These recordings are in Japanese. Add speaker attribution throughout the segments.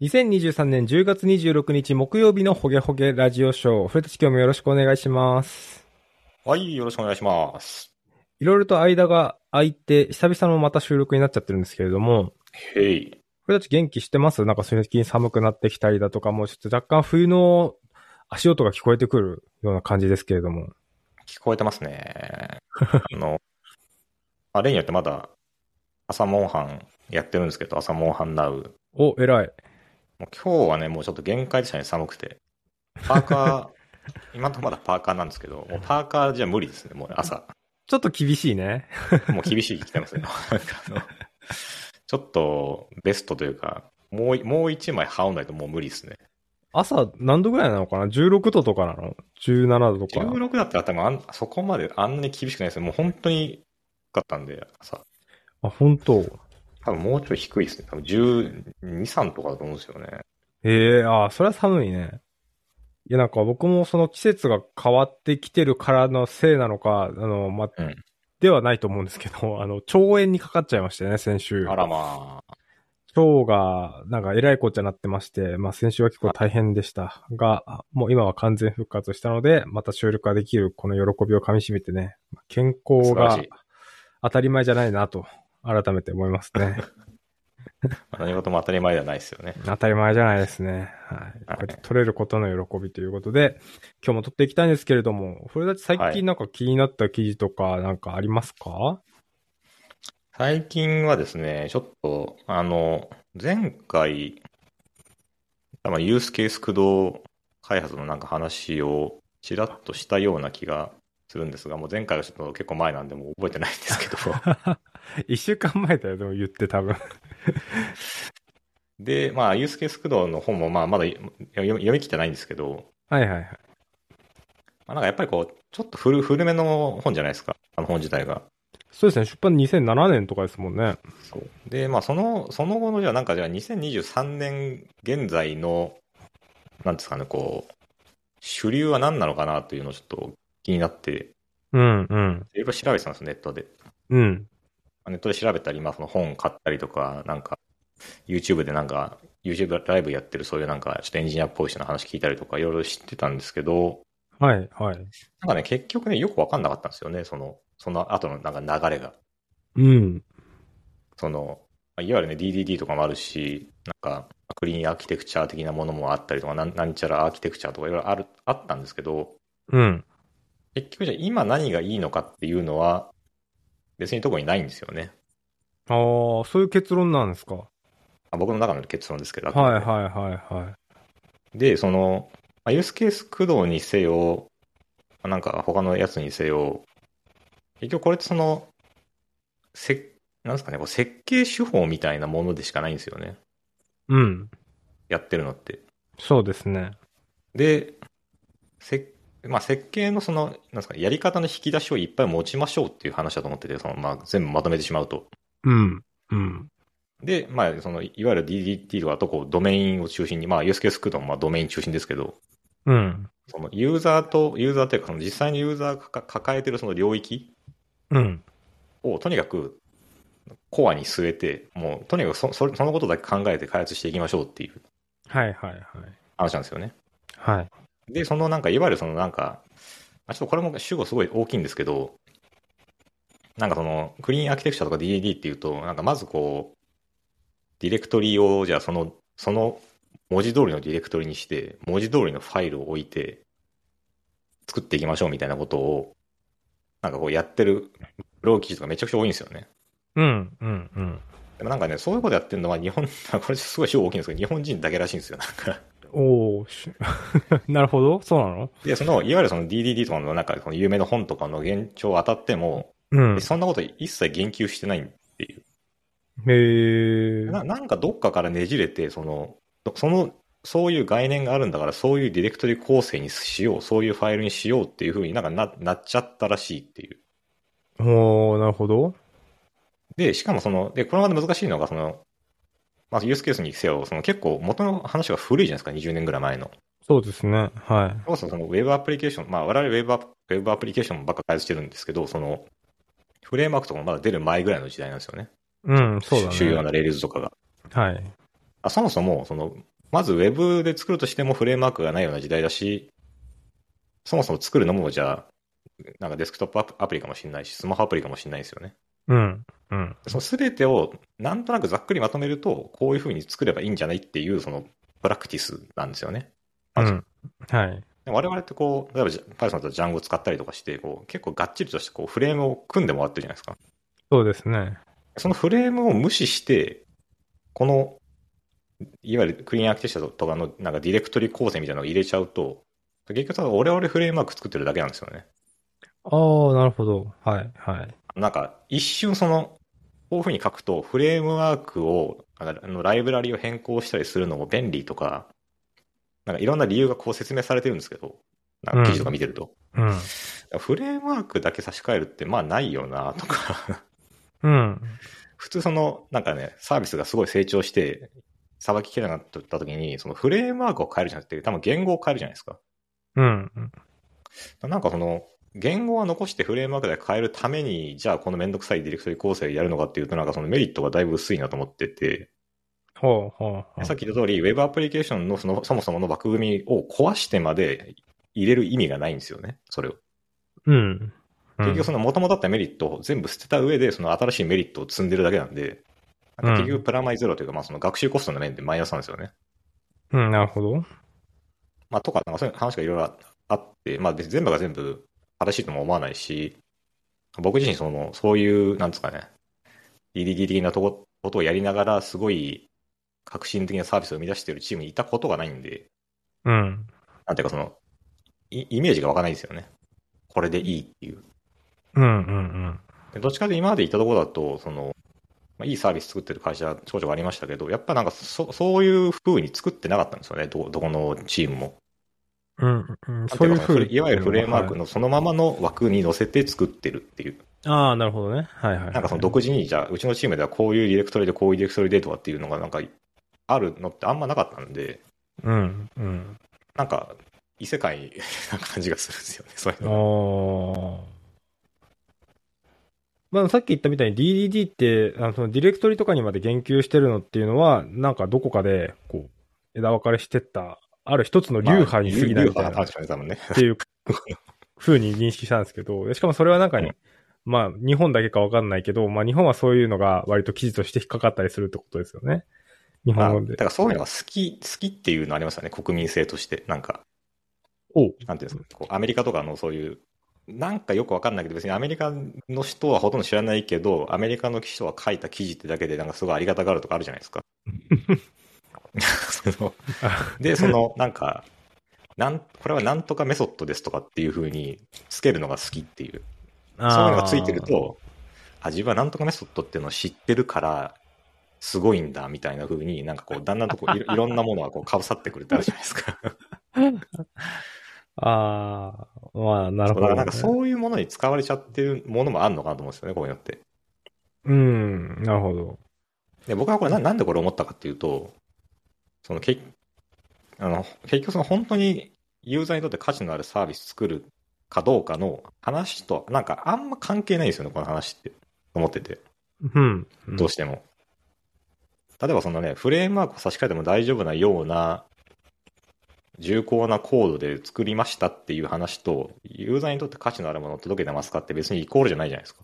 Speaker 1: 2023年10月26日木曜日のホゲホゲラジオショー。古舘今日もよろしくお願いします。
Speaker 2: はい、よろしくお願いします。
Speaker 1: いろいろと間が空いて、久々のまた収録になっちゃってるんですけれども、
Speaker 2: へい。
Speaker 1: 古舘元気してますなんか最近寒くなってきたりだとか、もうちょっと若干冬の足音が聞こえてくるような感じですけれども。
Speaker 2: 聞こえてますね。 あの、あれによってまだ、朝モンハンやってるんですけど、朝モンハンナウ。
Speaker 1: お、偉い。
Speaker 2: もう今日はね、もうちょっと限界でしたね、寒くて。パーカー、 今のとこまだパーカーなんですけど、もうパーカーじゃ無理ですね、もう朝。
Speaker 1: ちょっと厳しいね。
Speaker 2: もう厳しい来てますね。 なんかあのちょっと、ベストというか、もうい、もう一枚羽織んないともう無理ですね。
Speaker 1: 朝何度ぐらいなのかな ?16 度とかなの ?17 度とか。
Speaker 2: 16だったら多分あん、そこまであんなに厳しくないですね。もう本当に、かったんで、朝。
Speaker 1: あ、本当
Speaker 2: 多分もうちょい低いですね。多分12、3とかだと思うんですよね。
Speaker 1: ええああ、それは寒いね。いや、なんか僕もその季節が変わってきてるからのせいなのか、あの、ま、
Speaker 2: うん
Speaker 1: ではないと思うんですけど、あ の、腸炎にかかっちゃいましたよね、先週。
Speaker 2: あらまあ。
Speaker 1: 腸が、なんか、えらいこっちゃなってまして、まあ、先週は結構大変でしたが、もう今は完全復活したので、また収録ができる、この喜びを噛み締めてね、健康
Speaker 2: 素晴
Speaker 1: が
Speaker 2: らしい
Speaker 1: 当たり前じゃないなと、改めて思いますね。
Speaker 2: 何事も当たり前ではないですよね。
Speaker 1: 当たり前じゃないですね。はい。こうやって取れることの喜びということで、今日も取っていきたいんですけれども、古舘最
Speaker 2: は
Speaker 1: 近
Speaker 2: い
Speaker 1: なんか気になった記事とかなんかありますか、
Speaker 2: 最近はですね、ちょっと、あの、前回、多分ユースケース駆動開発のなんか話をちらっとしたような気がするんですが、もう前回はちょっと結構前なんで、もう覚えてないんですけど。
Speaker 1: 一週間前だよ、でも言って多分。
Speaker 2: で、まあ、ユースケース駆動の本も、まあ、まだ読み読み切ってないんですけど、
Speaker 1: はいはいはい。
Speaker 2: まあ、なんかやっぱりこう、ちょっと古古めの本じゃないですか、あの本自体が。
Speaker 1: そうですね、出版2007年とかですもんね。
Speaker 2: そうで、まあ、その、その後の、じゃあ、なんか、じゃあ、2023年現在の、なんですかね、こう、主流は何なのかなというのをちょっと気になって、
Speaker 1: うんうん。
Speaker 2: いろいろ調べてたんですよ、ネットで。
Speaker 1: うん。
Speaker 2: ネットで調べたり、まあ、その本買ったりとか、なんか、YouTube でなんか、YouTube ライブやってる、そういうなんか、ちょっとエンジニアっぽい人の話聞いたりとか、いろいろ知ってたんですけど、
Speaker 1: はいはい。
Speaker 2: なんかね、結局ね、よくわかんなかったんですよね、その、その後のなんか流れが。
Speaker 1: うん。
Speaker 2: その、まあいわゆるね、DDD とかもあるし、なんか、クリーンアーキテクチャ的なものもあったりとか、なんなんちゃらアーキテクチャとかいろいろある、あったんですけど、
Speaker 1: うん。
Speaker 2: 結局じゃあ今何がいいのかっていうのは、別に特にないんですよね。
Speaker 1: ああ、そういう結論なんですか。は
Speaker 2: あ僕の中の結論ですけど。
Speaker 1: い
Speaker 2: あくまで
Speaker 1: はいはいはい。
Speaker 2: で、その、まあユースケース駆動にせよ、まあなんか他のやつにせよ、結局これってその、せ、なんですかね、こう設計手法みたいなものでしかないんですよね。
Speaker 1: うん。
Speaker 2: やってるのって。
Speaker 1: そうですね。
Speaker 2: で、せまあ、設計のその、なんですか、やり方の引き出しをいっぱい持ちましょうっていう話だと思ってて、その、まあ、全部まとめてしまうと。
Speaker 1: うん。うん。
Speaker 2: で、まあ、その、いわゆる DDT とかとこう、ドメインを中心に、まあ、ユースケースクードもまあ、ドメイン中心ですけど、
Speaker 1: うん。
Speaker 2: その、ユーザーと、ユーザーというか、その、実際のユーザーがか抱えてるその領域
Speaker 1: うん。
Speaker 2: を、とにかく、コアに据えて、もう、とにかくそ、それそのことだけ考えて開発していきましょうっていう
Speaker 1: はいはいはい。
Speaker 2: 話なんですよね。
Speaker 1: はい。
Speaker 2: で、そのなんか、いわゆるそのなんか、あちょっとこれも主語すごい大きいんですけど、なんかその、クリーンアーキテクチャとか DAD っていうと、なんかまずこう、ディレクトリを、じゃあその、その文字通りのディレクトリにして、文字通りのファイルを置いて、作っていきましょうみたいなことを、なんかこうやってるブログ記事とかめちゃくちゃ多いんですよね。
Speaker 1: うん。うん。うん。
Speaker 2: でもなんかね、そういうことやってるのは日本、 これすごい主語大きいんですけど、日本人だけらしいんですよ、なんか。
Speaker 1: おーし なるほど。そうなの
Speaker 2: で、その、いわゆるその DDD とかのなんか、その有名な本とかの現状を当たっても、
Speaker 1: うん。
Speaker 2: そんなこと一切言及してないっていう。
Speaker 1: へえ。
Speaker 2: ななんかどっかからねじれて、その、どその、そういう概念があるんだから、そういうディレクトリ構成にしよう、そういうファイルにしようっていうふうになんかななっちゃったらしいっていう。
Speaker 1: おーなるほど。
Speaker 2: で、しかもその、で、これまで難しいのが、その、まあ、ユースケースにせよ、その結構元の話は古いじゃないですか、20年ぐらい前の。
Speaker 1: そうですね。は
Speaker 2: そもそもそのウェブアプリケーション、まあ、我々ウェブアプウェブアプリケーションばっか開発してるんですけど、そのフレームワークとかもまだ出る前ぐらいの時代なんですよね。
Speaker 1: い。うん、そうだね。
Speaker 2: 主主要なレールズとかが。
Speaker 1: はい。
Speaker 2: あそもそも、その、まずウェブで作るとしてもフレームワークがないような時代だし、そもそも作るのもじゃあ、なんかデスクトップアプアプリかもしれないし、スマホアプリかもしれないですよね。
Speaker 1: うん。うん。
Speaker 2: その全てをなんとなくざっくりまとめると、こういうふうに作ればいいんじゃないっていう、その、プラクティスなんですよね。
Speaker 1: う
Speaker 2: あそ
Speaker 1: ん。はい。
Speaker 2: で我々ってこう、例えばじゃ Python だと Django を使ったりとかして、こう、結構がっちりとしてこう、フレームを組んでもらってるじゃないですか。
Speaker 1: そうですね。
Speaker 2: そのフレームを無視して、この、いわゆるクリーンアーキテクチャとかのなんかディレクトリ構成みたいなのを入れちゃうと、結局ただ我々フレームワーク作ってるだけなんですよね。
Speaker 1: ああ、なるほど。はい。はい。
Speaker 2: なんか一瞬その、こういうふうに書くとフレームワークを、あのあのライブラリを変更したりするのも便利とか、なんかいろんな理由がこう説明されてるんですけど、なんか記事とか見てると。
Speaker 1: うん。
Speaker 2: フレームワークだけ差し替えるってまあないよなとか。
Speaker 1: うん。
Speaker 2: 普通その、なんかね、サービスがすごい成長して、さばききれなくなった時に、そのフレームワークを変えるじゃなくて、多分言語を変えるじゃないですか。
Speaker 1: うん。
Speaker 2: なんかその、言語は残してフレームワークで変えるために、じゃあこのめんどくさいディレクトリ構成やるのかっていうと、なんかそのメリットがだいぶ薄いなと思ってて、
Speaker 1: ほうほうほう。
Speaker 2: さっき言った通り、ウェブアプリケーションのそのそもそもの枠組みを壊してまで入れる意味がないんですよね、それを。
Speaker 1: うん。
Speaker 2: 結局その元々あったメリットを全部捨てた上で、その新しいメリットを積んでるだけなんで、なんか結
Speaker 1: う
Speaker 2: 局プラマイゼロというか、まあその学習コストの面でマイナスなんですよね。
Speaker 1: うん。うん、なるほど。
Speaker 2: まあとか、なんかそういう話がいろいろあって、まあ別に全部が全部正しいとも思わないし、僕自身その、そういう、なんですかね、DDD 的なとこことをやりながら、すごい革新的なサービスを生み出しているチームにいたことがないんで、
Speaker 1: うん。
Speaker 2: なんていうかその、イイメージが湧かないですよね。これでいいっていう。
Speaker 1: うんうん
Speaker 2: でどっちかというと今まで行ったところだと、その、まあ、いいサービス作ってる会社、少々ありましたけど、やっぱなんかそ、そういう風に作ってなかったんですよね、ど、どこのチームも。
Speaker 1: うん。うん、うん。そういうふう
Speaker 2: いわゆるフレームワーク
Speaker 1: の。
Speaker 2: のそのままの枠に乗せて作ってるっていう。
Speaker 1: ああ、なるほどね。はいはい。
Speaker 2: なんかその独自に、じゃあ、うちのチームではこういうディレクトリでこういうディレクトリでとかっていうのがなんか、あるのってあんまなかったんで、
Speaker 1: うん。うん。
Speaker 2: なんか、異世界な感じがするんですよね、そういうの。
Speaker 1: ああ。まあ、さっき言ったみたいに DDD って、あのそのディレクトリとかにまで言及してるのっていうのは、なんかどこかで、こう、枝分かれしてった、ある一つの流派に過ぎない
Speaker 2: 流
Speaker 1: みたいな
Speaker 2: 派。なんですよね、多分ね。
Speaker 1: っていう風に認識したんですけど、しかもそれはなんかに、
Speaker 2: うん
Speaker 1: まあ日本だけかわかんないけど、まあ日本はそういうのが割と記事として引っかかったりするってことですよね。日
Speaker 2: まあ、
Speaker 1: 本語
Speaker 2: だ
Speaker 1: で。
Speaker 2: からそういうのが好き、好きっていうのありますよね、国民性として。なんか、
Speaker 1: おう
Speaker 2: なんていうんですか、こうアメリカとかのそういう、なんかよくわかんないけど、別にアメリカの人はほとんど知らないけど、アメリカの人は書いた記事ってだけで、なんかすごいありがたがるとかあるじゃないです か。そので、その、なんか、なんこれはなんとかメソッドですとかっていうふうにつけるのが好きっていう、そういうのがついてる。と、あ自分はなんとかメソッドっていうのを知ってるから、すごいんだみたいなふうに、なんかこう、だんだんとこういろいろんなものがこう、かぶさってくるってあるじゃないですか。
Speaker 1: あーあー、まあ なるほど、
Speaker 2: だか
Speaker 1: ね。
Speaker 2: らなんかそういうものに使われちゃってるものもあるのかなと思うんですよね、こういうのって。
Speaker 1: うん、なるほど。
Speaker 2: で、僕はこれな、なんでこれ思ったかっていうと、その、けあの結局その本当にユーザーにとって価値のあるサービス作るかどうかの話と、なんかあんま関係ないんですよね、この話って。思ってて、
Speaker 1: うん。
Speaker 2: どうしても。例えばそのね、フレームワークを差し替えても大丈夫なような、重厚なコードで作りましたっていう話と、ユーザーにとって価値のあるものを届けてますかって別にイコールじゃないじゃないですか。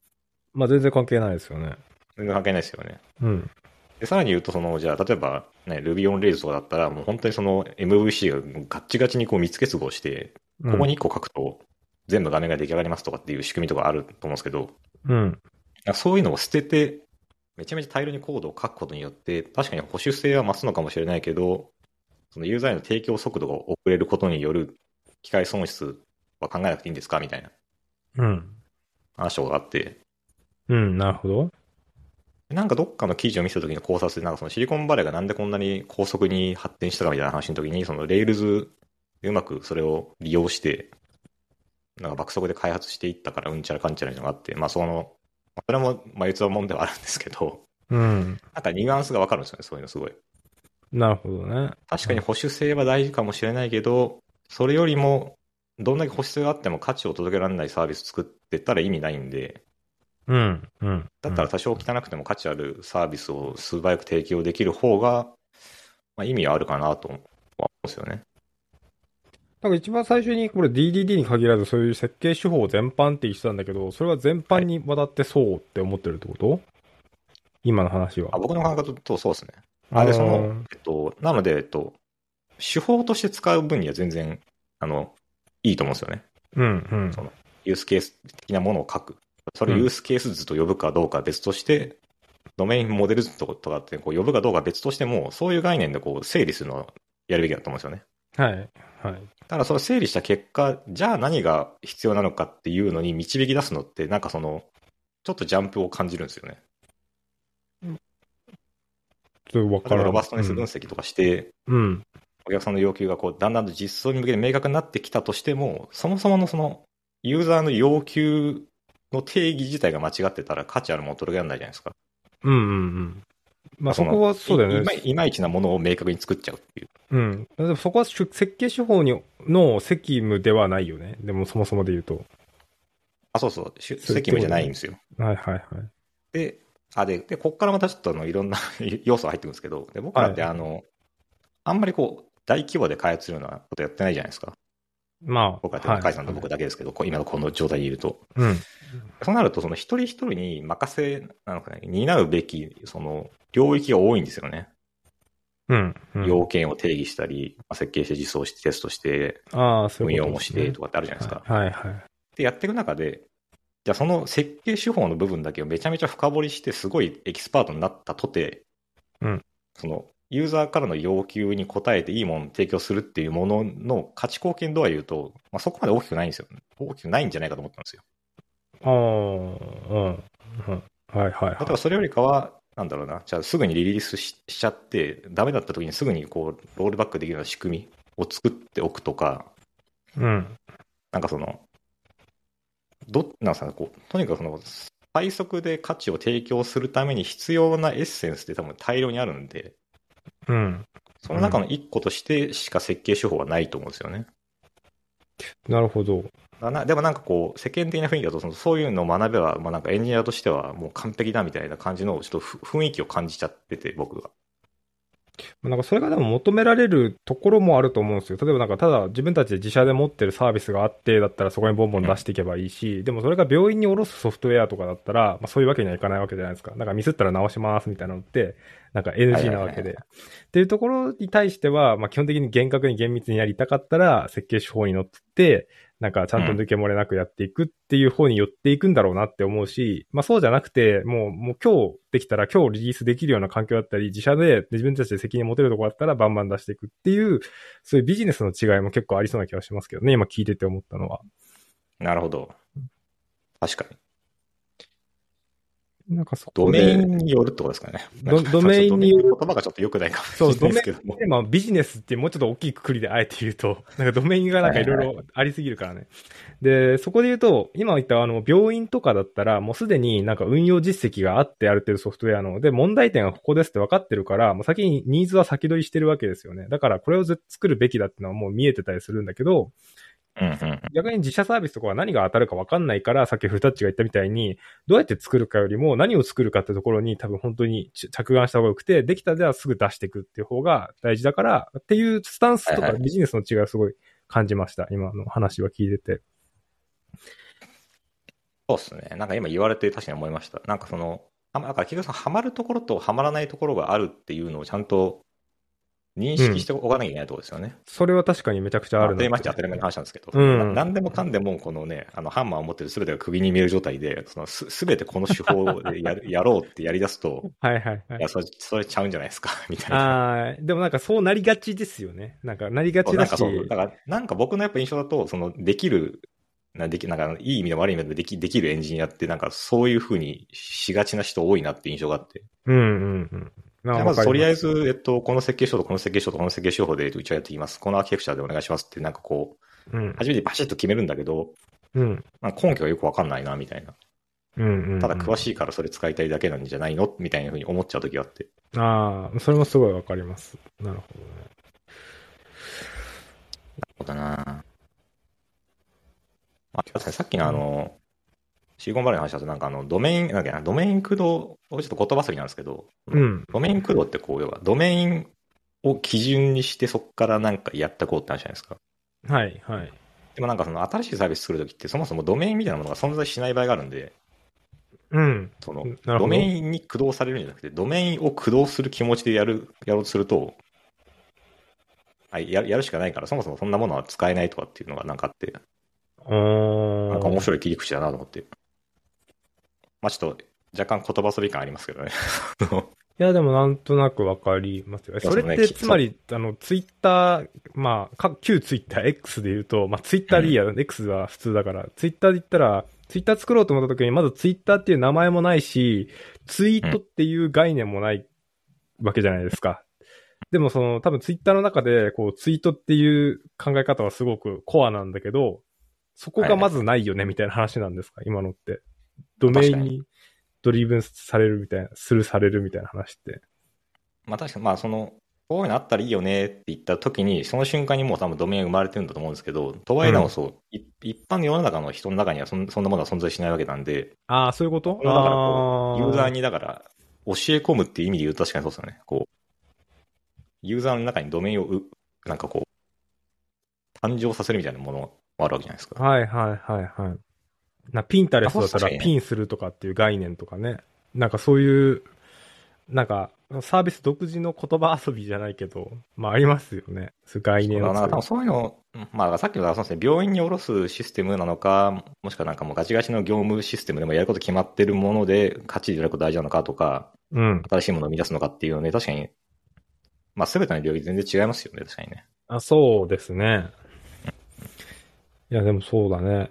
Speaker 1: まあ全然関係ないですよね。
Speaker 2: 全然関係ないですよね。
Speaker 1: うん。
Speaker 2: で、さらに言うと、その、じゃあ、例えば、ね、Ruby on Rails とかだったら、もう本当にその MVC がガッチガチにこう見つけ結合して、ここに1個書くと、全部画面が出来上がりますとかっていう仕組みとかあると思うんですけど、
Speaker 1: うん。
Speaker 2: そういうのを捨てて、めちゃめちゃ大量にコードを書くことによって、確かに保守性は増すのかもしれないけど、そのユーザーへの提供速度が遅れることによる機械損失は考えなくていいんですかみたいな
Speaker 1: うん。
Speaker 2: 話とかがあって、
Speaker 1: うん、なるほど。
Speaker 2: なんかどっかの記事を見せた時の考察で、なんかそのシリコンバレーがなんでこんなに高速に発展したかみたいな話の時に、そのレールズでうまくそれを利用して、なんか爆速で開発していったからうんちゃらかんちゃらみたいなのがあって、まあその、まあそれも、まあ、逸話もんではあるんですけど、
Speaker 1: うん。
Speaker 2: なんかニュアンスがわかるんですよね、そういうのすごい。
Speaker 1: なるほどね。
Speaker 2: 確かに保守性は大事かもしれないけど、それよりも、どんだけ保守性があっても価値を届けられないサービス作ってったら意味ないんで、
Speaker 1: うん。うん。
Speaker 2: だったら多少汚くても価値あるサービスを素早く提供できる方が、まあ、意味はあるかなとは思うんですよね。
Speaker 1: なんか一番最初にこれ DDD に限らずそういう設計手法全般って言ってたんだけど、それは全般にわたってそうって思ってるってこと、今の話は
Speaker 2: あ。僕の感覚とそうですね。あ、で、その、えっと、なので、えっと、手法として使う分には全然、あの、いいと思うんですよね。
Speaker 1: うんうん。
Speaker 2: そのユースケース的なものを書く。それを
Speaker 1: うん
Speaker 2: ユースケース図と呼ぶかどうかは別として、ドメインモデル図とかってこう呼ぶかどうかは別としても、そういう概念でこう整理するのをやるべきだと思うんですよね。
Speaker 1: はい。はい。
Speaker 2: ただそれ整理した結果、じゃあ何が必要なのかっていうのに導き出すのって、なんかその、ちょっとジャンプを感じるんですよね。
Speaker 1: ちょっとわ
Speaker 2: 例
Speaker 1: か
Speaker 2: えば
Speaker 1: らな
Speaker 2: ロバ
Speaker 1: い
Speaker 2: ストネス分析とかして、
Speaker 1: うん。
Speaker 2: お客さんの要求がこうだんだんと実装に向けて明確になってきたとしても、そもそものそのユーザーの要求の定義自体が間違ってたら価値あるもの取り上げられないじゃないですか。
Speaker 1: うんうんうん。まあそ
Speaker 2: の
Speaker 1: こはそうだよ
Speaker 2: いまい
Speaker 1: ね。
Speaker 2: いまいちなものを明確に作っちゃうっていう。
Speaker 1: うん。でもそこは設計手法にの責務ではないよね。でもそもそもで言うと。
Speaker 2: あ、そうそう、しゅ
Speaker 1: そう
Speaker 2: 責務じゃないんですよ。
Speaker 1: はいはいはい。
Speaker 2: で、あ、で、で、こっからまたちょっとあのいろんな 要素が入ってくるんですけど、で僕らって
Speaker 1: はい
Speaker 2: あの、あんまりこう、大規模で開発するようなことやってないじゃないですか。
Speaker 1: まあ。
Speaker 2: 僕らって、
Speaker 1: はい
Speaker 2: カイさんと僕だけですけど、こう今のこの状態にいると。
Speaker 1: うん。
Speaker 2: そうなると、その一人一人に任せ、なのかね、担うべき、その、領域が多いんですよね。
Speaker 1: うん。うん
Speaker 2: 要件を定義したり、まあ設計して実装してテストして、
Speaker 1: ああ、そう
Speaker 2: 運
Speaker 1: いう
Speaker 2: 用
Speaker 1: こと
Speaker 2: も
Speaker 1: で
Speaker 2: し
Speaker 1: すね、
Speaker 2: てとかってあるじゃないですか。
Speaker 1: はいはいはい。
Speaker 2: で、やっていく中で、じゃあその設計手法の部分だけをめちゃめちゃ深掘りして、すごいエキスパートになったとて、
Speaker 1: うん
Speaker 2: その、ユーザーからの要求に応えていいものを提供するっていうものの価値貢献度は言うと、まあ、そこまで大きくないんですよ。大きくないんじゃないかと思ったんですよ。
Speaker 1: ああ、うん。うんはいはいはい。
Speaker 2: 例えばそれよりかは、なんだろうな、じゃあすぐにリリースししちゃって、ダメだった時にすぐにこう、ロールバックできるような仕組みを作っておくとか、
Speaker 1: うん。
Speaker 2: なんかその、ど、なんかこう、とにかくその、最速で価値を提供するために必要なエッセンスって多分大量にあるんで、
Speaker 1: うん。
Speaker 2: その中の一個としてしか設計手法はないと思うんですよね。
Speaker 1: なるほど。
Speaker 2: だなでもなんかこう、世間的な雰囲気だとその、そういうのを学べば、まあなんかエンジニアとしてはもう完璧だみたいな感じの、ちょっとふ雰囲気を感じちゃってて、僕が。
Speaker 1: なんかそれがでも求められるところもあると思うんですよ。例えばなんかただ自分たちで自社で持ってるサービスがあってだったらそこにボンボン出していけばいいし、でもそれが病院に卸すソフトウェアとかだったら、まあ、そういうわけにはいかないわけじゃないですか。なんかミスったら直しますみたいなのって、なんか NG なわけ
Speaker 2: はいはいはいはい
Speaker 1: で。っていうところに対しては、まあ基本的に厳格に厳密にやりたかったら設計手法にのっとって、なんかちゃんと抜け漏れなくやっていくっていう方に寄っていくんだろうなって思うし、まあそうじゃなくて、もう、もう今日できたら今日リリースできるような環境だったり、自社で自分たちで責任を持てるところだったらバンバン出していくっていう、そういうビジネスの違いも結構ありそうな気がしますけどね、今聞いてて思ったのは。
Speaker 2: なるほど。確かに。
Speaker 1: なんかそ
Speaker 2: ド
Speaker 1: こで
Speaker 2: メインによるってことですかね。
Speaker 1: ド
Speaker 2: なんか
Speaker 1: ドメインによる
Speaker 2: ちょっとドメイン言葉がちょっと良くないかもしれないですけども。
Speaker 1: でまあビジネスってもうちょっと大きいくくりであえて言うと、 なんかドメインがなんかいろいろありすぎるからね。で、そこで言うと、今言ったあの病院とかだったら、もうすでになんか運用実績があってある程度ソフトウェアの、で、問題点がここですって分かってるから、もう先にニーズは先取りしてるわけですよね。だからこれをず作るべきだってのはもう見えてたりするんだけど、
Speaker 2: うんうん
Speaker 1: 逆に自社サービスとかは何が当たるか分かんないから、さっきフルタッチが言ったみたいに、どうやって作るかよりも何を作るかってところに多分本当にち着眼した方が良くて、できたじゃあすぐ出していくっていう方が大事だから、っていうスタンスと
Speaker 2: はい
Speaker 1: か
Speaker 2: はい
Speaker 1: ビジネスの違いをすごい感じました。今の話は聞いてて。
Speaker 2: そうですね。なんか今言われて確かに思いました。なんかその、あなんか結局そのハマるところとハマらないところがあるっていうのをちゃんと認識しておかなきゃいけないところですよね。
Speaker 1: それは確かにめちゃくちゃあ
Speaker 2: まあ
Speaker 1: る
Speaker 2: 当たり前っちゃ当たり前の話なんですけど、
Speaker 1: うん
Speaker 2: な何でもかんでもこのね、あのハンマーを持ってる全てが釘に見える状態で、そのす全てこの手法で やるやろうってやり出すと、
Speaker 1: はいはいはい
Speaker 2: いや、。それ、それちゃうんじゃないですか、みたいな。
Speaker 1: ああ、でもなんかそうなりがちですよね。なんかなりが
Speaker 2: そう
Speaker 1: ちだ
Speaker 2: なんか
Speaker 1: し。
Speaker 2: そう、だから、なんか僕のやっぱ印象だと、その、できる、なできなんか、いい意味でも悪い意味でもできできるエンジニアって、なんか、そういうふうにしがちな人多いなって印象があって。
Speaker 1: うんうんうん。なん
Speaker 2: じ
Speaker 1: か
Speaker 2: ゃあまず、とりあえ
Speaker 1: ず。
Speaker 2: ず、えっと、この設計書とこの設計書とこの設計手法で、うちはやっていきます。このアーキテクチャでお願いしますって、なんかこう、
Speaker 1: うん。
Speaker 2: 初めてバシッと決めるんだけど、
Speaker 1: うん。
Speaker 2: なんか根拠がよくわかんないな、みたいな。
Speaker 1: うんうん。
Speaker 2: ただ、詳
Speaker 1: い。
Speaker 2: しいからそれ使いたいだけなんじゃないのみたいなふうに思っちゃう時があって。
Speaker 1: ああ、それもすごいわかります。なるほどね。
Speaker 2: そうだなあ、確かにさっきのあの、シリコンバレーの話だと、なんかあの、ドメイン、なんだっけな、ドメイン駆動、ちょっと言葉遊びなんですけど、
Speaker 1: うん。
Speaker 2: ドメイン駆動ってこう、要は、ドメインを基準にしてそこからなんかやってこうって話じゃないですか。
Speaker 1: はい、はい。
Speaker 2: でもなんかその新しいサービス作るときってそもそもドメインみたいなものが存在しない場合があるんで、
Speaker 1: うん。
Speaker 2: その
Speaker 1: なるほど
Speaker 2: ドメインに駆動されるんじゃなくて、ドメインを駆動する気持ちでやる、やろうとすると、はい、ややるしかないから、そもそもそんなものは使えないとかっていうのがなんかあって、
Speaker 1: おー
Speaker 2: なんか面白い切り口だなと思って。まあちょっと若干言葉遊び感ありますけどね。
Speaker 1: いや、でもなんとなくわかりますよ。
Speaker 2: そ
Speaker 1: そう
Speaker 2: ね
Speaker 1: れって、
Speaker 2: きっと
Speaker 1: つまり、あの、ツイッター、まあ、か旧ツイッター、X で言うと、まあ、ツイッターでいいや、X は普通だから、ツイッターで言ったら、ツイッター作ろうと思った時に、まずツイッターっていう名前もないし、ツイートっていう概念もないわけじゃないですか。でもその、多分ツイッターの中で、こう、ツイートっていう考え方はすごくコアなんだけど、そこがまずないよね、みたいな話なんですか、今のって。ドメイン
Speaker 2: 確か
Speaker 1: にドリブンされるみたいな、するされるみたいな話って。
Speaker 2: まあ確かに、まあその、こういうのあったらいいよねって言った時に、その瞬間にもう多分ドメイン生まれてるんだと思うんですけど、とはいえなおそう、い一般の世の中の人の中にはそんそんなものは存在しないわけなんで、
Speaker 1: ああ、そういうこと
Speaker 2: だからこ
Speaker 1: あ
Speaker 2: う、ユーザー
Speaker 1: に。
Speaker 2: にだから、教え込むっていう意味で言うと確かにそうですよね。こう、ユーザーの中にドメインをう、なんかこう、誕生させるみたいなものもあるわけじゃないですか。
Speaker 1: はいはいはいはい。な、ピンタレストだったら
Speaker 2: あそうっすね
Speaker 1: ピンするとかっていう概念とかね。なんかそういう、なんかサービス独自の言葉遊びじゃないけど、まあありますよね。そういう概念
Speaker 2: そう
Speaker 1: を
Speaker 2: だな多分
Speaker 1: 作る。
Speaker 2: そういうの、まあ、さっきのそうですね、病院に卸すシステムなのか、もしくはなんかもうガチガチの業務システムでもやること決まってるもので、勝ちでやること大事なのかとか、
Speaker 1: うん。
Speaker 2: 新しいものを生み出すのかっていうので、確かに、まあ、すべての領域全然違いますよね、確かにね。
Speaker 1: あ、そうですね。いや、でもそうだね。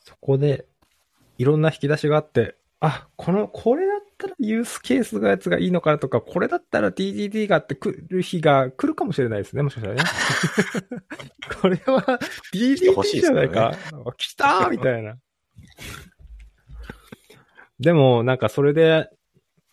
Speaker 1: そこで、いろんな引き出しがあって、あ、この、これだったらユースケースのやつがいいのかなとか、これだったら TDD があって来る日が来るかもしれないですね、もしかしたらね。 これは DDD じゃないか。来たーみたいな。でも、なんかそれで、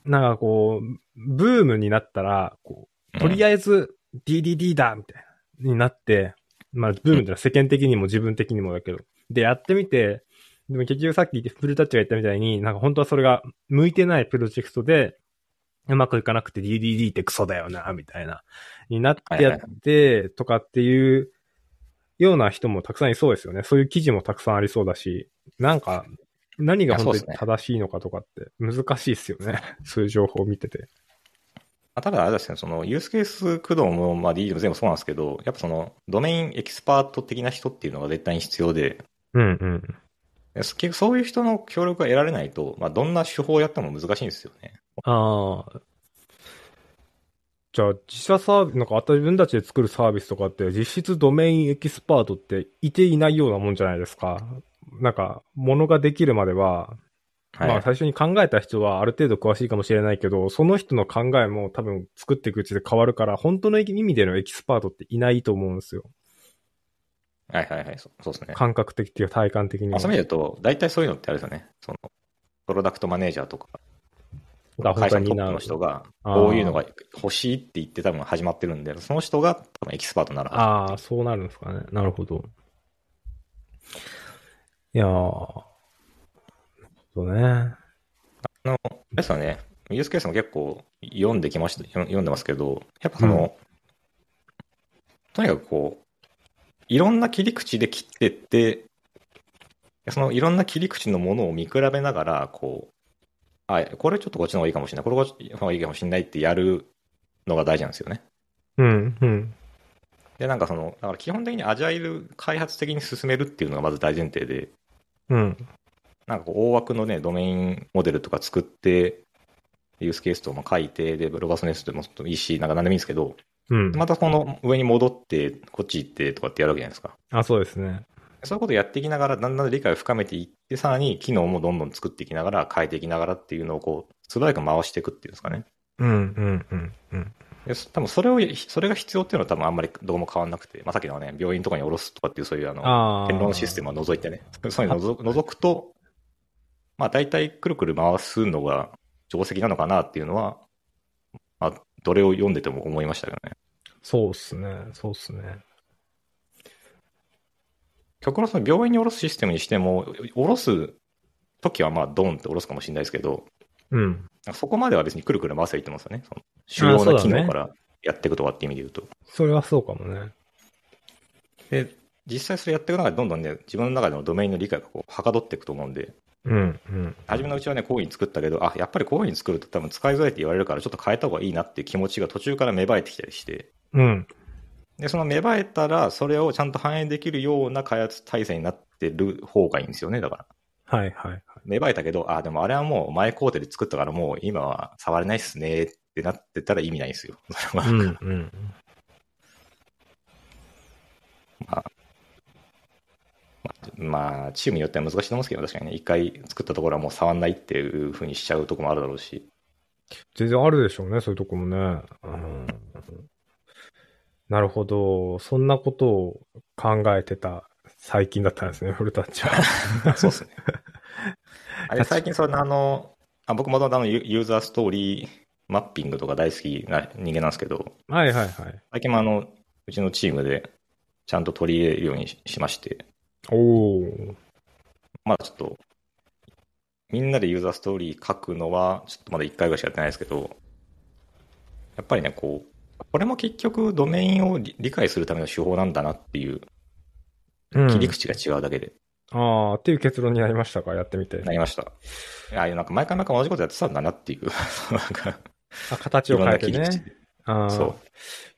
Speaker 1: なんかこう、ブームになったら、こう、とりあえず DDD だみたいな、になって、まあ、ブームってのは世間的にも自分的にもだけど。で、やってみて、でも結局さっき言ってフルタッチが言ったみたいに、なんか本当はそれが向いてないプロジェクトで、うまくいかなくて DDD ってクソだよな、みたいな、になってやって、とかっていうような人もたくさんいそうですよね。そういう記事もたくさんありそうだし、なんか、何が本当に正しいのかとかって難しいですよね。そういう情報を見てて。
Speaker 2: まあ、ただ、あれですね、その、ユースケース駆動も、まあ、DD も全部そうなんですけど、やっぱその、ドメインエキスパート的な人っていうのが絶対に必要で、
Speaker 1: うんうん。
Speaker 2: で結局そういう人の協力が得られないと、まあ、どんな手法をやっても難しいんですよね。
Speaker 1: ああ。じゃあ、自社サービス、なんか自分たちで作るサービスとかって、実質ドメインエキスパートっていていないようなもんじゃないですか。なんか、ものができるまでは、
Speaker 2: はい。
Speaker 1: まあ最初に考えた人はある程度詳しいかもしれないけど、その人の考えも多分作っていくうちで変わるから、本当の意味でのエキスパートっていないと思うんですよ。
Speaker 2: はいはいはい、そうそうですね。
Speaker 1: 感覚的っていうか体感的に
Speaker 2: ま
Speaker 1: も
Speaker 2: あ、そういう意味だと、大体そういうのってあれですよね。その、プロダクトマネージャーとか、
Speaker 1: が
Speaker 2: 会社のトッ
Speaker 1: 担
Speaker 2: プ
Speaker 1: う
Speaker 2: の人が、
Speaker 1: あー
Speaker 2: こういうのが欲しいって言って多分始まってるんで、その人が多分エキスパートになるはず。
Speaker 1: ああ、そうなるんですかね。なるほど。いやー。なるほどね。
Speaker 2: あれですよね、ユースケースも結構読んできました、読ん読んでますけど、やっぱその、とにかくこう、いろんな切り口で切ってって、そのいろんな切り口のものを見比べながら、こう、あ、これちょっとこっちの方がいいかもしれない、これこっちの方がいいかもしれないってやるのが大事なんですよね。
Speaker 1: うん、うん。
Speaker 2: で、なんかその、だから基本的にアジャイル開発的に進めるっていうのがまず大前提で、
Speaker 1: うん。
Speaker 2: なんかこう大枠のね、ドメインモデルとか作って、ユースケースとかも書いて、で、ロバストネスでもいいし、なんか何でもいいんですけど、
Speaker 1: うん。
Speaker 2: またこの上に戻って、こっち行ってとかってやるわけじゃないですか。
Speaker 1: あ、そうですね。
Speaker 2: そういうことをやっていきながら、だんだん理解を深めていって、さらに機能もどんどん作っていきながら、変えていきながらっていうのをこう、素早く回していくっていうんですかね。
Speaker 1: うん、うん、うん、うん。
Speaker 2: でそ多分それを、それが必要っていうのは多分あんまりどうも変わんなくて、まあ、さっきのね、病院とかに下ろすとかっていうそういうあの、
Speaker 1: ああ。
Speaker 2: 言論システムを除いてね、そういうのを除除くと、まあ大体くるくる回すのが定石なのかなっていうのは、まあ、どれを読んでても思いましたけどね。
Speaker 1: そうっすね。そうっすね。
Speaker 2: 極論その病院に下ろすシステムにしても、下ろす時はまあドンって下ろすかもしれないですけど、
Speaker 1: うん。
Speaker 2: そこまでは別にくるくる回せばいいと思うんですよね。その
Speaker 1: あ
Speaker 2: 主
Speaker 1: ー
Speaker 2: 要な機能からやっていくとかって意味で言うと。
Speaker 1: それはそうかもね。
Speaker 2: で、実際それやっていく中でどんどんね、自分の中でのドメインの理解がこう、はかどっていくと思うんで、
Speaker 1: うん、うん。
Speaker 2: 初めのうちはね、こういうふうに作ったけど、あ、やっぱりこういうふうに作ると多分使いづらいって言われるから、ちょっと変えた方がいいなっていう気持ちが途中から芽生えてきたりして、
Speaker 1: うん。
Speaker 2: で、その芽生えたら、それをちゃんと反映できるような開発体制になってる方がいいんですよね、だから。
Speaker 1: はい、はい。
Speaker 2: 芽生えたけど、あ、でもあれはもう前工程で作ったからもう今は触れないっすねってなってたら意味ないんですよ。それは
Speaker 1: うん、うん。
Speaker 2: まあ、チームによっては難しいと思うんですけど、確かにね、一回作ったところはもう触んないっていうふうにしちゃうところもあるだろうし。
Speaker 1: 全然あるでしょうね、そういうとこもね。うん、なるほど。そんなことを考えてた最近だったんですね、フルタッチは。
Speaker 2: そうですね。あれ、最近そのあの、あ僕もともとあのユユーザーストーリーマッピングとか大好きな人間なんですけど、
Speaker 1: はいはいはい。
Speaker 2: 最近もあの、うちのチームでちゃんと取り入れるようにししまして、
Speaker 1: おー。
Speaker 2: まだちょっと、みんなでユーザーストーリー書くのは、ちょっとまだ1回ぐらいしかやってないですけど、やっぱりね、こう、これも結局ドメインを理理解するための手法なんだなっていう
Speaker 1: うん
Speaker 2: 切り口が違うだけで
Speaker 1: ああ、っていう結論になりましたか、やってみて。
Speaker 2: なりました。ああいうなんか毎回毎回同じことやってたんだなっていう、 そうなんか、
Speaker 1: あ形を変えて
Speaker 2: いろんな切
Speaker 1: ね
Speaker 2: り。
Speaker 1: あー
Speaker 2: そう。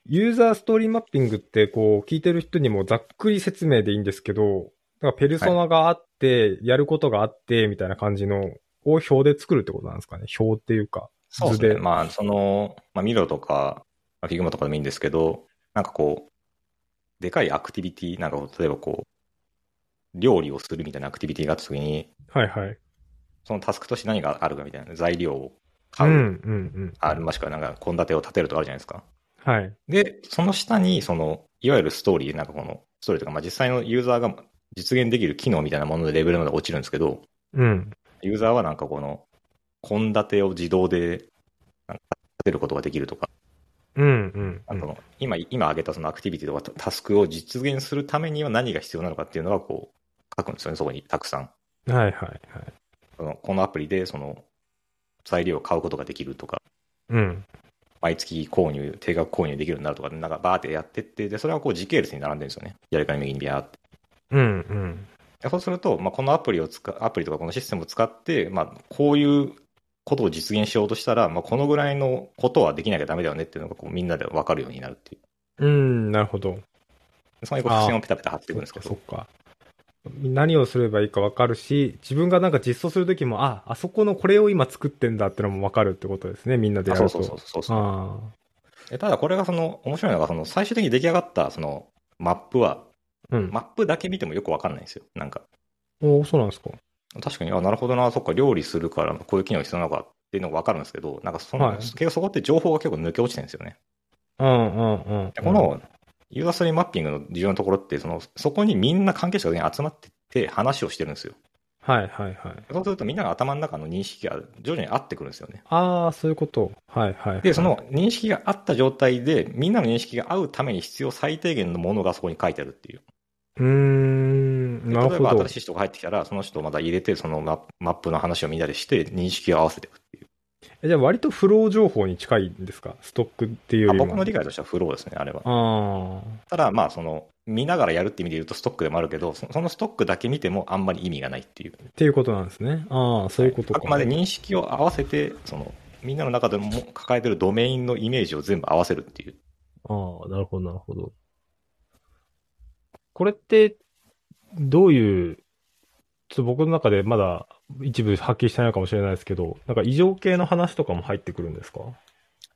Speaker 1: ユーザーストーリーマッピングって、こう、聞いてる人にもざっくり説明でいいんですけど、だからペルソナがあって、やることがあって、みたいな感じの、を表で作るってことなんですかね。表っていうか。
Speaker 2: そうです
Speaker 1: 図
Speaker 2: ね。
Speaker 1: で
Speaker 2: まあ、その、まあ、ミロとか、まあフィグマとかでもいいんですけど、なんかこう、でかいアクティビティ、なんかこう例えばこう、料理をするみたいなアクティビティがあったときに、
Speaker 1: はいはい。
Speaker 2: そのタスクとして何があるかみたいな、材料を買
Speaker 1: うん、
Speaker 2: う、
Speaker 1: うん、うん。
Speaker 2: あるましくはなんか献立を立てるとかあるじゃないですか。
Speaker 1: はい。
Speaker 2: で、その下に、その、いわゆるストーリー、なんかこの、ストーリーとか、まあ、実際のユーザーが実現できる機能みたいなものでレベルまで落ちるんですけど、
Speaker 1: うん。
Speaker 2: ユーザーはなんかこの、献立を自動で、なんか立てることができるとか、
Speaker 1: うん、うん。
Speaker 2: あの、今、今挙げたそのアクティビティとかタタスクを実現するためには何が必要なのかっていうのがこう、書くんですよね、そこにたくさん。
Speaker 1: はいはいはい。
Speaker 2: そのこのアプリで、その、材料を買うことができるとか、
Speaker 1: うん。
Speaker 2: 毎月購入、定額購入できるようになるとか、なんかバーってやってって、で、それはこう時系列に並んでるんですよね。左から右にビャーって。
Speaker 1: うん、うん。
Speaker 2: でそうすると、まあ、このアプリを使、アプリとかこのシステムを使って、まあ、こういうことを実現しようとしたら、まあ、このぐらいのことはできなきゃダメだよねっていうのがこうみんなで分かるようになるっていう。
Speaker 1: うん、なるほど。
Speaker 2: でそういうこう付箋をペタペタ貼っていくんですけ
Speaker 1: そっ
Speaker 2: ど。
Speaker 1: か。そっか何をすればいいかわかるし、自分がなんか実装するときも、あ、あそこのこれを今作ってんだってのもわかるってことですね、みんなで
Speaker 2: あ
Speaker 1: やる
Speaker 2: そ
Speaker 1: と。
Speaker 2: うそうそうそうそう。
Speaker 1: あ
Speaker 2: でただこれがその面白いのがその最終的に出来上がったそのマップは
Speaker 1: あ。うん。
Speaker 2: マップだけ見てもよくわかんないんですよなんか
Speaker 1: おそうなんですか。
Speaker 2: 確かにあなるほどなそっか料理するからこういう機能必要なのかっていうのがわかるんですけどなんかその、
Speaker 1: はい
Speaker 2: 結局そこって情報が結構抜け落ちてるんですよね
Speaker 1: うんうんうん。
Speaker 2: でこ、のユーザーストーリーマッピングの重要なところってそのそこにみんな関係者が全員集まってって話をしてるんですよ
Speaker 1: はいはいはい。
Speaker 2: そうするとみんなの頭の中の認識が徐々に合ってくるんですよね
Speaker 1: ああ、そういうこと。はいはいはい。
Speaker 2: でその認識が合った状態でみんなの認識が合うために必要最低限のものがそこに書いてあるっていう
Speaker 1: うーん、
Speaker 2: で
Speaker 1: なる
Speaker 2: 例えば
Speaker 1: ほど
Speaker 2: 新。しい人が入ってきたら、その人をまた入れて、そのマップマップの話をみんなでして、認識を合わせていくっていう。
Speaker 1: えじゃあ割とフロー情報に近いんですかストックっていうよ
Speaker 2: あ
Speaker 1: りも。
Speaker 2: 僕の理解としてはフローですね、あれは。
Speaker 1: ああ。
Speaker 2: ただ、まあ、その、見ながらやるって意味で言うとストックでもあるけど、そそのストックだけ見てもあんまり意味がないっていう。
Speaker 1: っていうことなんですね。ああ、そういうこと
Speaker 2: あ
Speaker 1: か。
Speaker 2: くまで認識を合わせて、その、みんなの中でも抱えてるドメインのイメージを全部合わせるっていう。
Speaker 3: ああ、なるほど、なるほど。これって、どういう、
Speaker 1: ちょっと僕の中でまだ一部はっきりしてないかもしれないですけど、なんか異常系の話とかも入ってくるんですか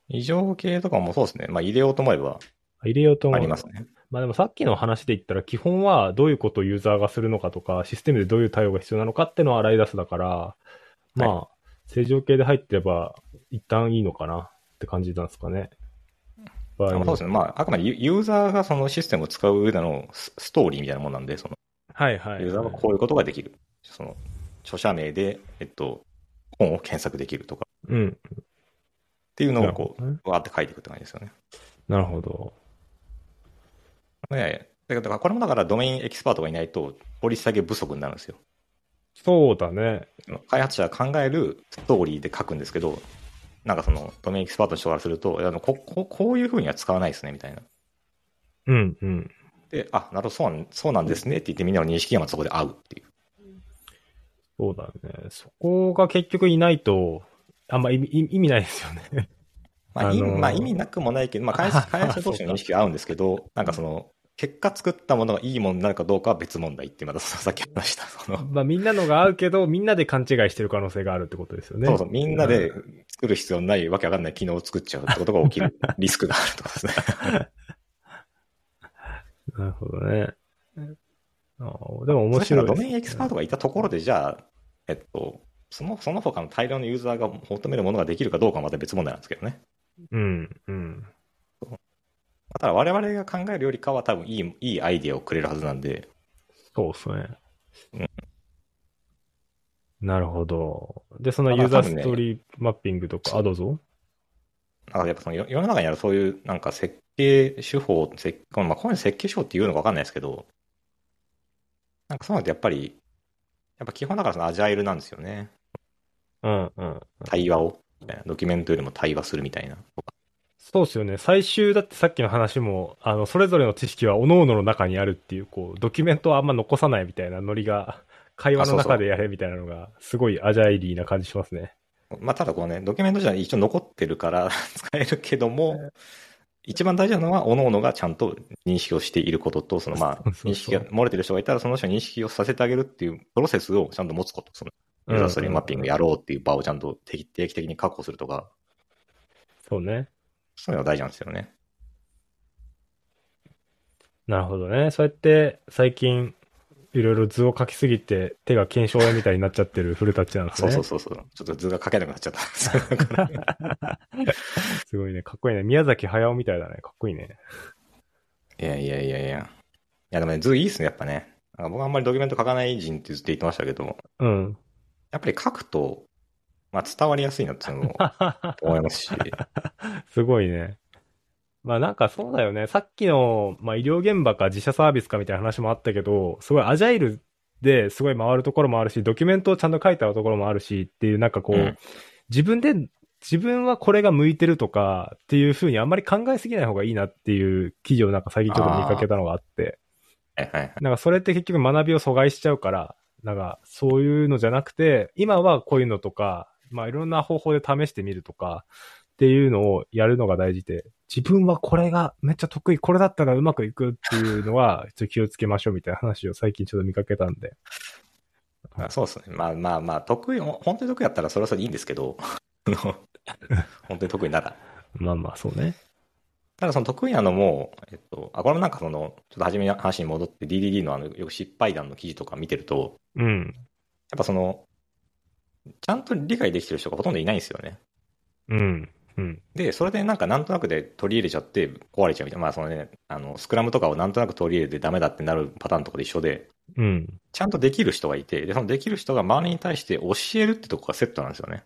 Speaker 2: 異常系とかもそうですね。まあ、入れようと思えば
Speaker 1: あ入れようと思
Speaker 2: あ
Speaker 1: う。
Speaker 2: りますね。
Speaker 1: まあでもさっきの話で言ったら基本はどういうことをユーザーがするのかとか、システムでどういう対応が必要なのかっていうのを洗い出すだから、まあ、正常系で入ってれば一旦いいのかなって感じなんですかね。場合
Speaker 2: あ
Speaker 1: に
Speaker 2: そうですね。まあ、あくまでユユーザーがそのシステムを使う上でのスストーリーみたいなもんなんで、その、
Speaker 1: はいはい。
Speaker 2: ユーザーはこういうことができる。その、著者名で、えっと、本を検索できるとか
Speaker 1: うん。
Speaker 2: っていうの
Speaker 1: な
Speaker 2: をこ
Speaker 1: るほどね
Speaker 2: う、わーって書いていくって感じですよね。
Speaker 1: なるほど。
Speaker 2: ねだから、だからこれもだからドメインエキスパートがいないと、掘り下げ不足になるんですよ。
Speaker 1: そうだね。
Speaker 2: 開発者が考えるストーリーで書くんですけど、なんかその、ドメインエキスパートの人からすると、いやあのこここういうふうには使わないですね、みたいな。
Speaker 1: うん、うん。
Speaker 2: で、あ、なるほど、そうなんそうなんですねって言ってみんなの認識がまずそこで合うっていう。
Speaker 1: そうだよね。そこが結局いないと、あんま意味意味ないですよ ね。
Speaker 2: まあ、
Speaker 1: あのー
Speaker 2: 意味まあ、意味なくもないけど、まあ、 開発開発者同士の認識は合うんですけど、なんかその、結果作ったものがいいものになるかどうかは別問題って、また そのさっき話した、その、
Speaker 1: まあみんなのが合うけど、みんなで勘違いしてる可能性があるってことですよね。
Speaker 2: そうそう、みんなで作る必要ないわけわかんない機能を作っちゃうってことが起きるリスクがあるってことですね。
Speaker 1: なるほどね。ああでも 面
Speaker 2: そした
Speaker 1: 白
Speaker 2: ら
Speaker 1: いで
Speaker 2: ド
Speaker 1: すね、
Speaker 2: メインエキスパートがいたところで、じゃあ、えっと、その、その他の大量のユーザーが求めるものができるかどうかはまた別問題なんですけどね。
Speaker 1: うん、うん。
Speaker 2: ただ我々が考えるよりかは多分いい、いいアイディアをくれるはずなんで、
Speaker 1: そうですね。
Speaker 2: うん
Speaker 1: なるほど。で、その
Speaker 2: ただ
Speaker 1: ユーザー
Speaker 2: 多分ね
Speaker 1: ストーリーマッピングとか、あ、どうぞ。
Speaker 2: なんかやっぱその世世の中にあるそういうなんか設計手法、設計まあ、こういうの設計手法っていうのか分かんないですけど、なんかそういうのってやっぱり、やっぱ基本だからそのアジャイルなんですよね。
Speaker 1: うん、うん。
Speaker 2: 対話を、みたいな。ドキュメントよりも対話するみたいな。
Speaker 1: そうですよね。最終、だってさっきの話も、あの、それぞれの知識は各々の中にあるっていう、こう、ドキュメントはあんま残さないみたいなノリ が、会話の
Speaker 2: あそうそ
Speaker 1: 中
Speaker 2: う
Speaker 1: でやれみたいなのが、すごいアジャイリーな感じしますね。
Speaker 2: まあ、ただこうね、ドキュメントじゃ一応残ってるから 使えるけども、一番大事なのは、各々がちゃんと認識をしていることと、そのま
Speaker 1: そ
Speaker 2: あ、
Speaker 1: うそう
Speaker 2: 認識が漏れてる人がいたら、その人に認識をさせてあげるっていうプロセスをちゃんと持つこと、そのユーザーストーリーマッピングやろうっていう場をちゃんと定期定期的に確保するとか、
Speaker 1: そうね。
Speaker 2: そういうのが大事なんですよね。
Speaker 1: なるほどね。そうやって、最近、いろいろ図を書きすぎて、手が検証絵みたいになっちゃってる古たちなんです
Speaker 2: そ
Speaker 1: ね。
Speaker 2: うそうそうそう。ちょっと図が書けなくなっちゃった んですけど
Speaker 1: すごいね。かっこいいね。宮崎駿みたいだね。かっこいいね。
Speaker 2: いやいやいやいや。いやでもね、図いいっすね、やっぱね。なんか僕はあんまりドキュメント書かない人ってずっと言ってましたけど、
Speaker 1: うん。
Speaker 2: やっぱり書くと、まあ伝わりやすいなっていうのも思います し、
Speaker 1: すごいね。まあなんかそうだよね。さっきの、まあ医療現場か自社サービスかみたいな話もあったけど、すごいアジャイルですごい回るところもあるし、ドキュメントをちゃんと書いてあるところもあるしっていう、なんかこう、
Speaker 2: うん
Speaker 1: 自分で、自分はこれが向いてるとかっていうふうにあんまり考えすぎない方がいいなっていう企業なんか最近ちょっと見かけたのがあって、
Speaker 2: はいはいはい。
Speaker 1: なんかそれって結局学びを阻害しちゃうから、なんかそういうのじゃなくて、今はこういうのとか、まあいろんな方法で試してみるとか、っていうのをやるのが大事で、自分はこれがめっちゃ得意、これだったらうまくいくっていうのは、ちょっと気をつけましょうみたいな話を最近ちょっと見かけたんで。
Speaker 2: あそうですね。まあまあまあ、得意、ほ本当に得意だったらそれはそれでいいんですけど、あの本当に得意なら。
Speaker 1: まあまあ、そうね。
Speaker 2: ただその得意なのも、えっと、あ、これもなんかその、ちょっと初めの話に戻って DDD のあの、よく失敗談の記事とか見てると、
Speaker 1: うん。
Speaker 2: やっぱその、ちゃんと理解できてる人がほとんどいないんですよね。
Speaker 1: うん。うん。
Speaker 2: で、それでなんかなんとなくで取り入れちゃって壊れちゃうみたいな、まあそのね、あの、スクラムとかをなんとなく取り入れてダメだってなるパターンとかで一緒で、
Speaker 1: うん。
Speaker 2: ちゃんとできる人がいて、で、そのできる人が周りに対して教えるってとこがセットなんですよね。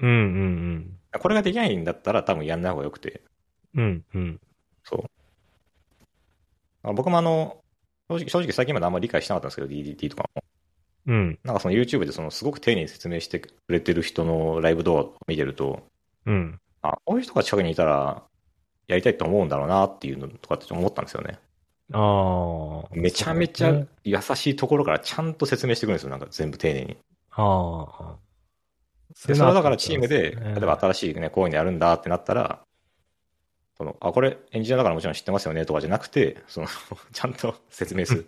Speaker 1: うん。うん。
Speaker 2: これができないんだったら多分やんない方がよくて。
Speaker 1: うん。うん。うん。
Speaker 2: あ僕もあの、正直、正直最近まであんまり理解してなかったんですけど、DDT とかも。
Speaker 1: うん。
Speaker 2: なんかその YouTube でそのすごく丁寧に説明してくれてる人のライブ動画を見てると、
Speaker 1: うん。
Speaker 2: あ、こういう人が近くにいたら、やりたいと思うんだろうなっていうのとかって思ったんですよね。
Speaker 1: ああ。
Speaker 2: めちゃめちゃ優しいところからちゃんと説明してくるんですよ、なんか全部丁寧に。
Speaker 1: ああ。
Speaker 2: それはだからチームで、
Speaker 1: そうですね
Speaker 2: 例えば新しいね、こういうのやるんだってなったら、その、あ、これエンジニアだからもちろん知ってますよねとかじゃなくて、その、 ちゃんと説明す る。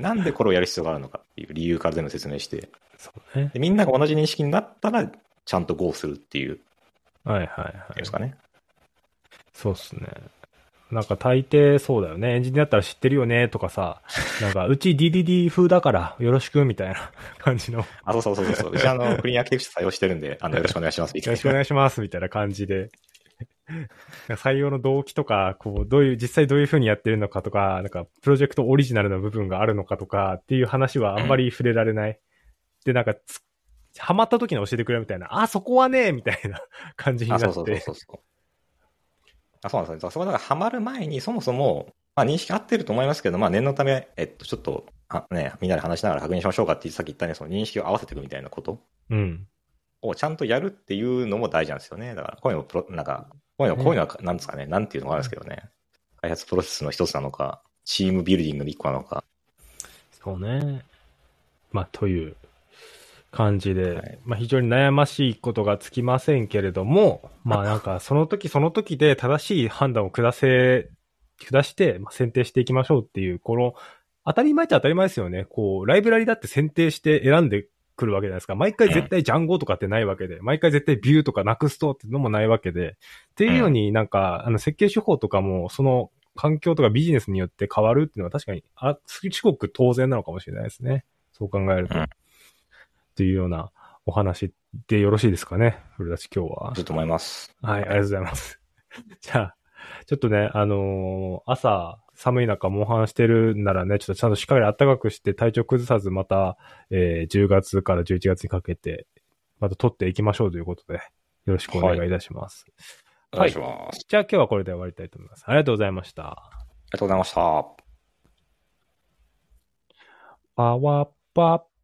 Speaker 2: なんでこれをやる必要があるのかっていう理由から全部説明して、
Speaker 1: そうね。
Speaker 2: でみんなが同じ認識になったら、ちゃんと GO するっていう、
Speaker 1: はいはいはい
Speaker 2: で。すかね。
Speaker 1: そうっすね。なんか大抵そうだよね。エンジニアだったら知ってるよねとか さ、なんかうち DDD 風だからよろしくみたいな 感じの、よ
Speaker 2: あ、そうそうそうそう。うちあの、クリーンアーキテクチャ採用してるんで、あの、よろしくお願いします。みたい
Speaker 1: ろ
Speaker 2: な
Speaker 1: しくお願いしますみたいな感じで。なんか採用の動機とか、こう、どういう、実際どういう風にやってるのかとか、なんか、プロジェクトオリジナルの部分があるのかとかっていう話はあんまり触れられない。で、なんかつ、ハマった時に教えてくれみたいな、あ、そこはね、みたいな感じにな
Speaker 2: あ、
Speaker 1: って。
Speaker 2: そうそうそうそうそう。あそうなんですよ。そこはだからハマる前に、そもそも、まあ認識合ってると思いますけど、まあ念のため、えっと、ちょっと、あね、みんなで話しながら確認しましょうかってさっき言ったね、その認識を合わせていくみたいなこと
Speaker 1: うん。
Speaker 2: をちゃんとやるっていうのも大事なんですよね。だから、こういうのプロ、なんか、こういうの、こういうのは、なんですかね、なんていうのがあるんですけどね。開発プロセスの一つなのか、チームビルディングの一個なのか。
Speaker 1: そうね。まあ、という感じで、
Speaker 2: はい
Speaker 1: まあ、非常に悩ましいことがつきませんけれども、まあ、なんか、その時その時で正しい判断を下せ、下して、まあ、選定していきましょうっていう、この、当たり前っちゃ当たり前ですよね。こう、ライブラリだって選定して選んでくるわけじゃないですか。毎回絶対ジャンゴとかってないわけで、毎回絶対ビューとかなくすとってのもないわけで、っていうようになんか、あの、設計手法とかも、その、環境とかビジネスによって変わるっていうのは確かに、あ、すごく当然なのかもしれないですね。そう考えると。
Speaker 2: うん
Speaker 1: っていうようなお話でよろしいですかね。古立今日は。
Speaker 2: ずっと思います。
Speaker 1: はい、ありがとうございます。 じゃあ、ちょっとね、あのー朝、寒い中、モンハンしてるんならね、ちょっとちゃんとしっかり暖かくして、体調崩さず、また、えー10月から11月にかけて、また撮っていきましょうということで、よろしくお願いいたします。
Speaker 2: お願いします。
Speaker 1: じゃあ今日はこれで終わりたいと思います。ありがとうございました。
Speaker 2: ありがとうございました。
Speaker 1: パワーパッ